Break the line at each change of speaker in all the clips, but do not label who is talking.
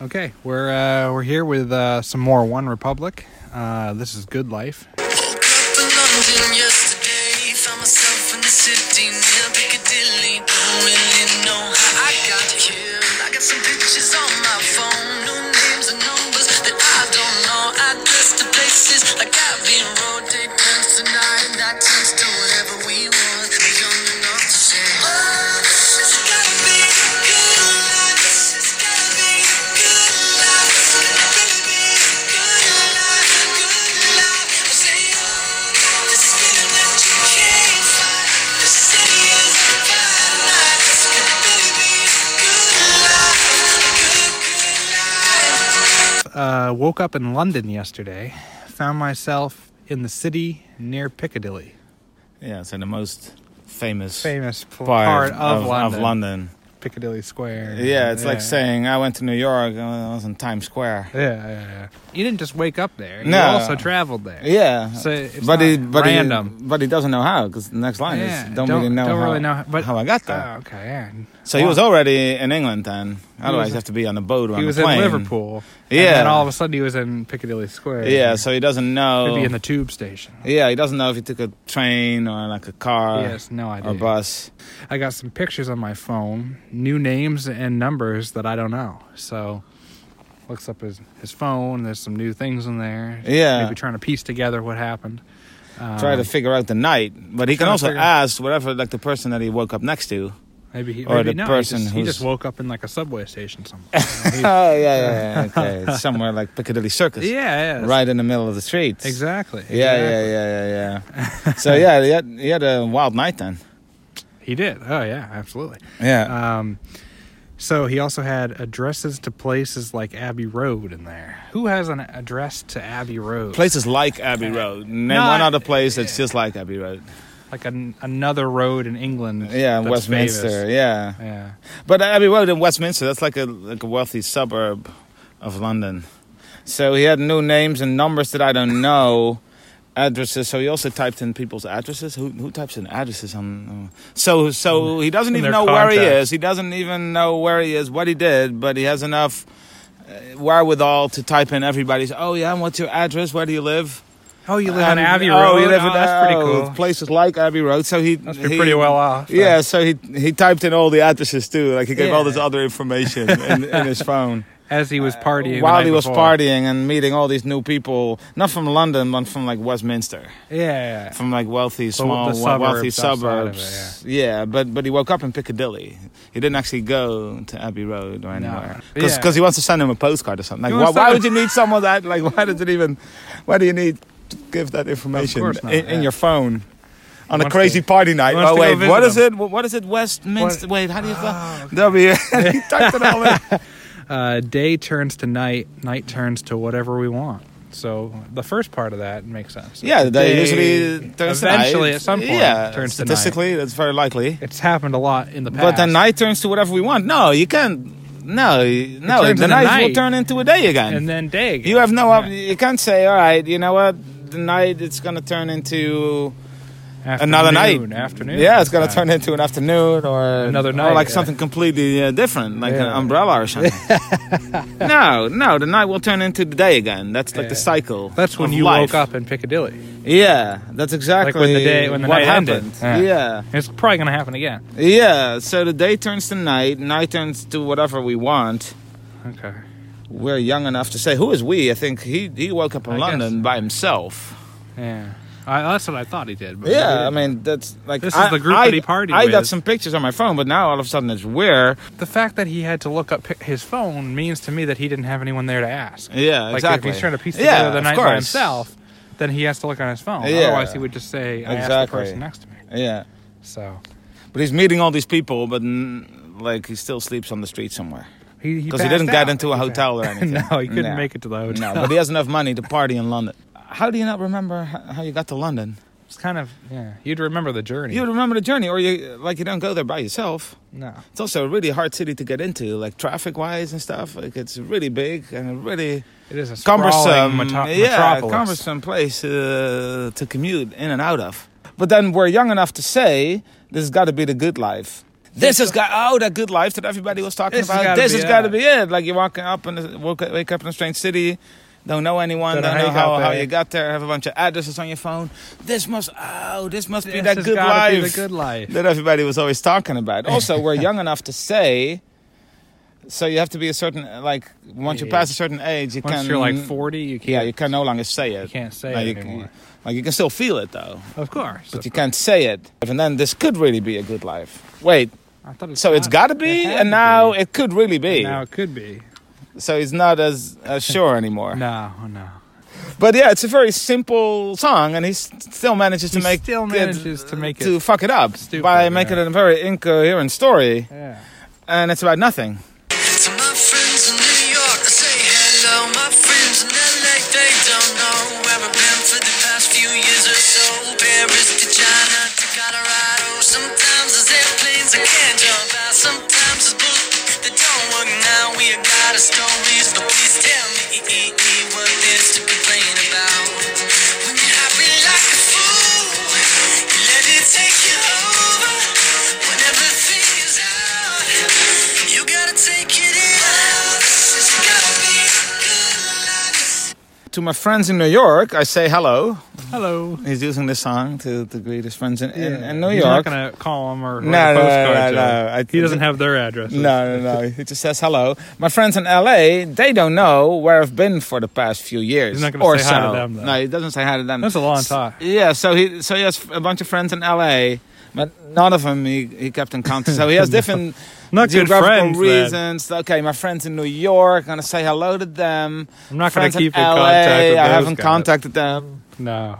Okay, we're uh, we're here with uh, some more One Republic. Uh, this is Good Life.
Woke up in London yesterday, found myself in the city near Piccadilly. Don't really know how I got here. I got some pictures on my phone, new names and numbers that I don't know. I dressed to places like I've been road day turns to night, and I turns to whatever we want. we young enough to say, Oh, it's gotta be a good life. It's gotta be a good life. It's gotta be a good life. Good life. I'm saying, oh, this feeling that you can't fight. This city is a fine life. It's gotta be a good life. A good, good life.
Uh, woke up in London yesterday, found myself in the city near Piccadilly.
Yeah, so the most famous
Famous p- part of London. Piccadilly Square.
Yeah, it's like saying I went to New York. I was in Times Square.
Yeah, yeah, yeah. You didn't just wake up there. You
No.
also traveled there.
Yeah,
So it's not
but he, but
random.
He, but he doesn't know how because the next line
Yeah,
is don't, really know
don't
how,
really know how, but,
how I got there.
Oh, okay, yeah.
so he was already in England then. Otherwise, you have to be on a boat or on
He was
a
in
plane.
Liverpool.
Yeah.
And then all of a sudden he was in Piccadilly Square.
Yeah, so he doesn't know.
Maybe in the tube station.
yeah, he doesn't know if he took a train or like a car
He has no
or
idea.
bus.
I got some pictures on my phone, new names and numbers that I don't know. So looks up his, his phone, there's some new things in there.
Yeah.
Maybe trying to piece together what happened. Um,
Try to figure out the night, but he can
trying to
also
figure-
ask whatever like the person that he woke up next to.
Maybe he
Or
maybe
the
not.
person
he, just, he
who's-
just woke up in like a subway station somewhere. He-
Oh yeah, yeah, yeah. okay. It's somewhere like Piccadilly Circus.
yeah, yeah. it's-
Right in the middle of the streets.
Exactly.
Yeah,
exactly.
yeah, yeah, yeah, yeah. so yeah, he had, he had a wild night then. Uh,
He did. Oh yeah, absolutely.
Yeah.
Um so he also had addresses to places like Abbey Road in there. Who has an address to Abbey Road?
Places like Abbey Road. Name
No,
one
I-
other place that's just like Abbey Road.
like an, another road in England.
Yeah,
that's
Westminster.
famous.
Yeah.
Yeah.
But Abbey Road in Westminster, that's like a like a wealthy suburb of London. So he had new names and numbers that I don't know, addresses. So he also typed in people's addresses. Who who types in addresses on? Uh, so so he doesn't
In
even
their
know where he
contacts.
is. He doesn't even know where he is, what he did. But he has enough uh, wherewithal to type in everybody's. Oh yeah, and what's your address? Where do you live?
Oh, you live on
And-
Abbey
oh,
Road.
he lived
Oh,
in-
that's pretty
oh,
cool.
Places like Abbey Road. So he must
be pretty well off, then.
Yeah. So he he typed in all the addresses too. Like he gave all this
Yeah.
other information in, in his phone
As he was partying, the
while
night
he was
before.
partying and meeting all these new people, not from London, but from like Westminster,
Yeah.
from like wealthy small
the
we- wealthy
suburbs outside of it,
suburbs. yeah. But but he woke up in Piccadilly. He didn't actually go to Abbey Road or anywhere because
Yeah.
he wants to send him a postcard or something. Like
He
why,
wants
why
to-
would you need someone that like why does it even why do you need to give that information
course not,
in, in
yeah.
your phone? On
wants
a
to-
crazy party night.
wants
Oh
to go
wait,
visit Ah,
what is
him.
it? What, what is it? Westminster. Wait, how do you? W. he typed it all in.
Uh, day turns to night, night turns to whatever we want. So the first part of that makes sense.
Yeah, they
Day
usually turns to
eventually
night.
at some point
Yeah,
turns to night.
statistically, that's very likely.
It's happened a lot in the past.
But then night turns to whatever we want. No, you can't. No, you- no,
turns
the
into
night, will
night.
turn into a day again.
and then day. Again.
you have no. op-
Yeah.
You can't say, all right, you know what? The night it's gonna turn into another
Afternoon,
night.
Afternoon.
Yeah, it's gonna
Uh,
turn into an afternoon or
Another
or
night,
like
yeah.
something completely uh, different, like an
Yeah.
umbrella or something. no, no, the night will turn into the day again. That's like the
Yeah.
cycle.
That's when
of
you
life.
woke up in Piccadilly.
Yeah, that's exactly
day- when the
what
night ended.
happened.
Yeah.
yeah.
It's probably gonna happen again.
Yeah, so the day turns to night, night turns to whatever we want.
Okay.
We're young enough to say, who is we? I think he, he woke up in
I
London
guess.
by himself.
Yeah. I, that's what I thought he did. But he
Yeah, I
didn't.
mean, that's like.
This
I,
is the group
I,
that he partied
I got
with.
some pictures on my phone, but now all of a sudden it's where.
the fact that he had to look up pi- his phone means to me that he didn't have anyone there to ask.
Yeah,
like
exactly.
if he's trying to piece
Yeah,
together the
of
night
course.
by himself, then he has to look on his phone.
Yeah.
Otherwise, he would just say, "I asked the
Exactly.
person next to me."
Yeah,
So
but he's meeting all these people, but mm, like he still sleeps on the street somewhere
he
because he didn't get into a hotel or anything.
no, he couldn't
No.
make it to the
No,
hotel.
but he has enough money to party in London. How do you not remember h- how you got to London?
it's kind of yeah. You'd remember the journey.
You remember the journey, or you like you don't go there by yourself.
no.
It's also a really hard city to get into, like traffic wise and stuff. Like it's really big and really
It is a sprawling
cumbersome,
meto-
yeah,
metropolis.
cumbersome place uh, to commute in and out of. But then we're young enough to say this has got to be the good life. This has got oh that good life that everybody was talking
This has
about.
gotta
This
be
has got to
it.
be it. Like you're walking up and wake up in a strange city, don't know anyone,
Don't
don't,
know how
know
you
how,
got
how
there.
you got there. Have a bunch of addresses on your phone. This must oh this must be
This
that
has
good
gotta be
life
the good life.
that everybody was always talking about. Also, we're young enough to say. So you have to be a certain like once you
Age.
pass a certain age, you
Once
can
you're like 40, you can't.
Yeah, you can no longer say it. You
can't say it
you can-
anymore.
like you can still feel it though,
Of course.
but you can't say it. And then this could really be a good life. Wait,
I thought
so it's got to be, and now it could really be.
now it could be.
So it's not as, as sure anymore.
No, oh, no.
But yeah, it's a very simple song, and he s- still manages to
He
make
still
it-
manages to make
to
it
fuck it up
stupid,
by making
yeah.
it a very incoherent story,
Yeah.
and it's about nothing.
To my friends in New York, I say hello. My friends in LA, they don't know where I've been for the past few years or so. Paris to China to Colorado. Sometimes there's airplanes I can't jump out. Sometimes there's books that don't work now. We have got our stories, but please tell me what there's to complain about. When you're happy like a fool, you let it take you over. When everything is out. You gotta take it in. It's gotta be good life.
To my friends in New York, I say hello.
Hello.
He's using this song to, to greet his friends in, in, in New
He's not
York.
gonna call him or
No,
no, a
no,
postcard.
no,
to
no.
him.
I-
he doesn't have their addresses.
No, no, no. He just says hello. My friends in LA, they don't know where I've been for the past few years.
He's not gonna
or
say
so.
hi to them, though.
No, he doesn't say hi to them.
That's a long
S-
time.
Yeah, so he so he has a bunch of friends in LA, but none of them he, he kept in contact. So he has different
Not good
geographical
friends, then.
reasons. Okay, my friends in New York, gonna say hello to them.
I'm not gonna
friends
keep
in
in
LA,
contact with
I
those
haven't
guys.
contacted them.
No.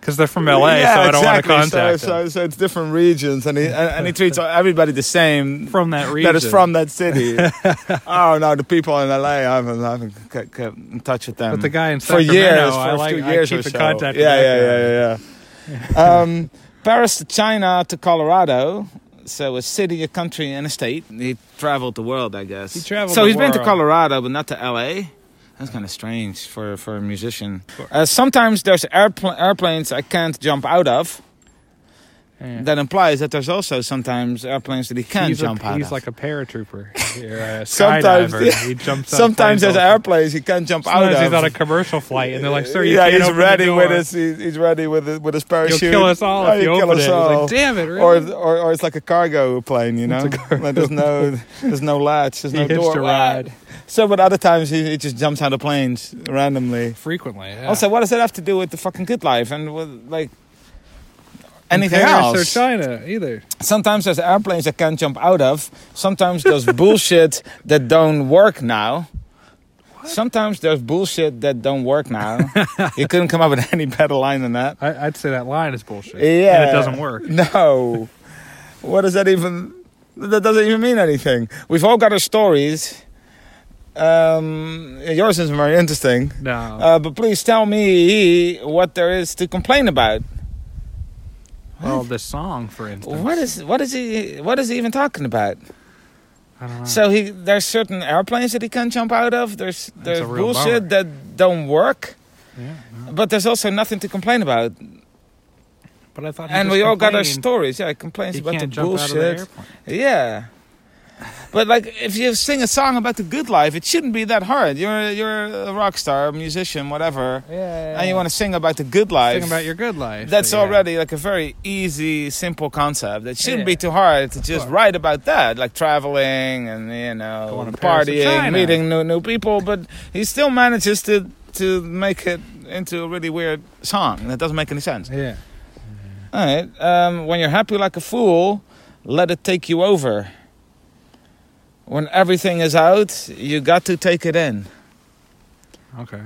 Because they're from LA,
Yeah,
so I don't
exactly.
want to contact
so,
them.
So, so it's different regions, and he and, and he treats everybody the same
From that
That is
region.
from that city. oh no, the people in LA, I haven't, I haven't kept, kept in touch with them.
But the guy in
for
Sacramento,
years, for
I like-
two
I
years
keep
or
in
so.
contact with
Yeah,
that
yeah,
guy.
yeah, yeah, yeah. um, Paris to China to Colorado. So a city, a country, and a state. He traveled the world, I guess.
He traveled
So
the
he's been to
world.
Colorado, but not to LA. That's kind of strange for, for a musician. Uh, sometimes there's airpl- airplanes I can't jump out of.
Yeah.
That implies that there's also sometimes airplanes that he can
he's
jump
a,
out
He's
of.
like a paratrooper. Or a
Sometimes-
skydiver.
yeah.
He jumps out of
sometimes
planes
there's
also.
airplanes he can't jump
Sometimes
out
he's
of.
on a commercial flight, and they're like, "Sir, you
yeah,
can't
he's
open the
ready with
door.
his he's, he's ready with his, with his
You'll
parachute.
kill us all
Yeah,
if you
he'll kill
open it."
us
He's
all.
like, "Damn it!" Really?
Or, or or it's like a cargo plane, you know. Like there's no there's no latch, there's
he
no
hitched
door.
a ride
So, but other times he, he just jumps out of planes randomly.
frequently. Yeah.
Also, what does that have to do with the fucking good life and with like anything
Paris
else?
or China either.
Sometimes there's airplanes I can't jump out of. Sometimes there's bullshit that don't work now. Sometimes there's bullshit that don't work now. you couldn't come up with any better line than that.
I, I'd say that line is bullshit.
Yeah.
and it doesn't work.
No. what does that even that doesn't even mean anything. We've all got our stories. Um yours is very interesting.
No,
Uh, but please tell me what there is to complain about.
well, this song, for instance,
What is what is he what is he even talking about?
I don't know.
So he there's certain airplanes that he can jump out of. There's there's
a real
bullshit that don't work,
yeah, no.
but there's also nothing to complain about.
but I thought, he
and
just
we all got our
complained
stories. Yeah, complains
He
about
can't
the
jump out of the
bullshit.
airplane.
yeah. But like if you sing a song about the good life, it shouldn't be that hard. You're you're a rock star, a musician, whatever.
Yeah, yeah,
And
yeah.
you want to sing about the good life.
Think about your good life.
that's
Yeah.
already like a very easy, simple concept. It shouldn't be
Yeah.
too hard to just write about that, like traveling and you know
Going to Paris or
partying,
China.
meeting new new people. But he still manages to to make it into a really weird song that doesn't make any sense.
Yeah.
All right, um, when you're happy like a fool, let it take you over. When everything is out, you got to take it in.
Okay.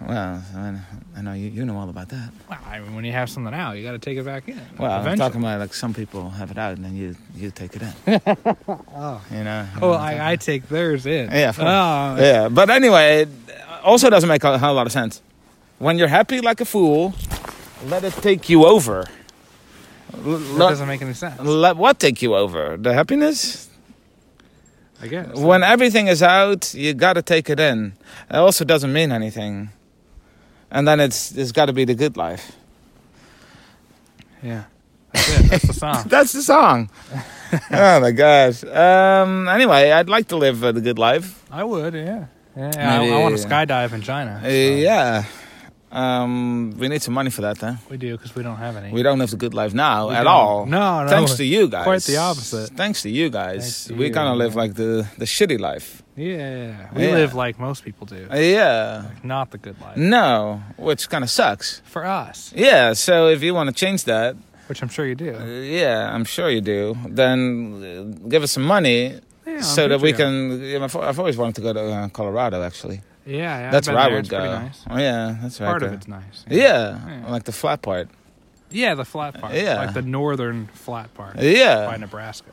Well, I- I know you, you know all about that.
Well, I mean, when you have something out, you got to take it back in.
Well, I'm
Eventually.
talking about like some people have it out and then you you take it in. You know.
Oh, I, I take theirs in.
Yeah, of course.
Oh,
yeah, but anyway, it also doesn't make a, a lot of sense. When you're happy like a fool, let it take you over. L-
that
let-
doesn't make any sense.
let what take you over? The happiness?
I guess.
When everything is out, you gotta take it in. It also doesn't mean anything. And then it's it's gotta be the good life.
yeah. That's it. That's the song.
That's the song. oh my gosh. Um, anyway, I'd like to live uh, the good life.
I would, yeah. Yeah, I,
Maybe-
I want to skydive in China.
Uh,
so
yeah. Um, we need some money for that, huh?
We do because we don't have any.
We don't have the good life now
We
at
don't.
all.
No, no,
Thanks to you guys.
quite the opposite.
Thanks to you guys.
Thanks to
we
you,
kind of live
man.
like the, the shitty life.
yeah, we
Yeah.
live like most people do,
Uh, yeah.
not the good life
No, which kind of sucks.
for us,
Yeah, so if you want to change that,
which I'm sure you
uh,
do.
yeah, I'm sure you do, then uh, give us some money
Yeah,
so
on
that we
Patreon.
can. You know, I've I've always wanted to go to uh, Colorado, actually.
Yeah, yeah
that's
I've been
where I
there.
would
It's
go.
pretty Nice.
Oh, yeah, that's right.
Part of
there.
it's nice.
Yeah,
Yeah.
like the flat part.
Yeah, the flat part.
Yeah.
Like the northern flat part
Yeah.
by Nebraska.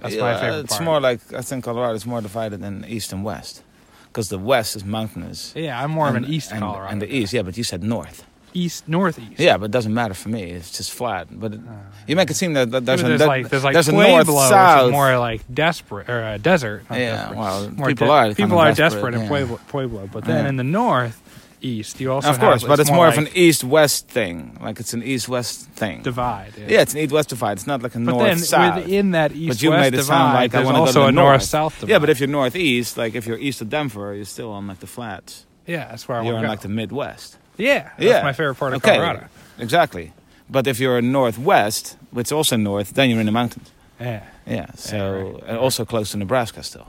That's
Yeah, uh,
my favorite
It's
part.
more like I think Colorado is more divided than east and west, because the west is mountainous.
yeah, I'm more of an
And-
east
and,
Colorado.
And the
guy.
east, yeah, but you said north.
East, northeast.
Yeah, but it doesn't matter for me. It's just flat. But it, you make it seem that, that
Yeah,
there's,
but
a,
there's
that-
like there's like
there's a
Pueblo,
north
which
south.
is more like desperate or uh, desert. not
Yeah,
desperate.
well,
More
people are
people are
kinda
desperate,
desperate,
in
yeah.
Pueblo, Pueblo, but then
Yeah.
in the north east you also
of course,
have,
but it's more, of
like
an east west thing. Like it's an east west thing.
divide. Yeah,
Yeah, it's an east west divide. It's not like a
but
north
then
south.
within that east
but you
west
made it
divide,
sound like I
there's
want to go to
also
the
a north south divide.
Yeah, but if you're northeast, like if you're east of Denver, you're still on like the flats.
yeah, that's where I
You're
want
in
to
like the Midwest.
yeah, that's
yeah,
my favorite part of
Okay,
Colorado.
Exactly. But if you're northwest, which is also north, then you're in the mountains.
Yeah,
Yeah. So
Yeah, right.
and also close to Nebraska still.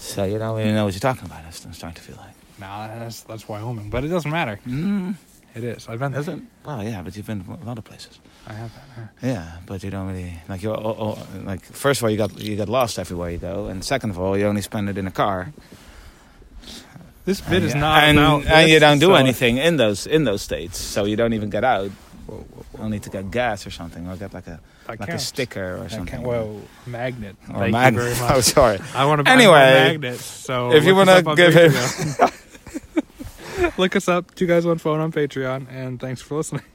So you don't really know what you're talking about. That's what I'm starting to feel like.
no, that's that's Wyoming, but it doesn't matter.
Mm,
It is. I've been there.
doesn't. Well, yeah, but you've been to a lot of places.
I have been there.
Yeah, but you don't really like you. Oh, oh, like first of all, you got you got lost everywhere you go, and second of all, you only spend it in a car,
This bit is
Yeah.
not
and
about
and you
this,
don't do
so-
anything in those in those states, so you don't even get out. Only to get gas or something, or get like a
That
like
counts.
a sticker or
That
something.
can't- Well, magnet.
or
Thank
magnet.
you very
Oh,
much.
sorry.
I want to buy
Anyway,
more magnets. So
if you
look us
wanna
up on
give him-
Patreon. look us up, two guys one phone on Patreon, and thanks for listening.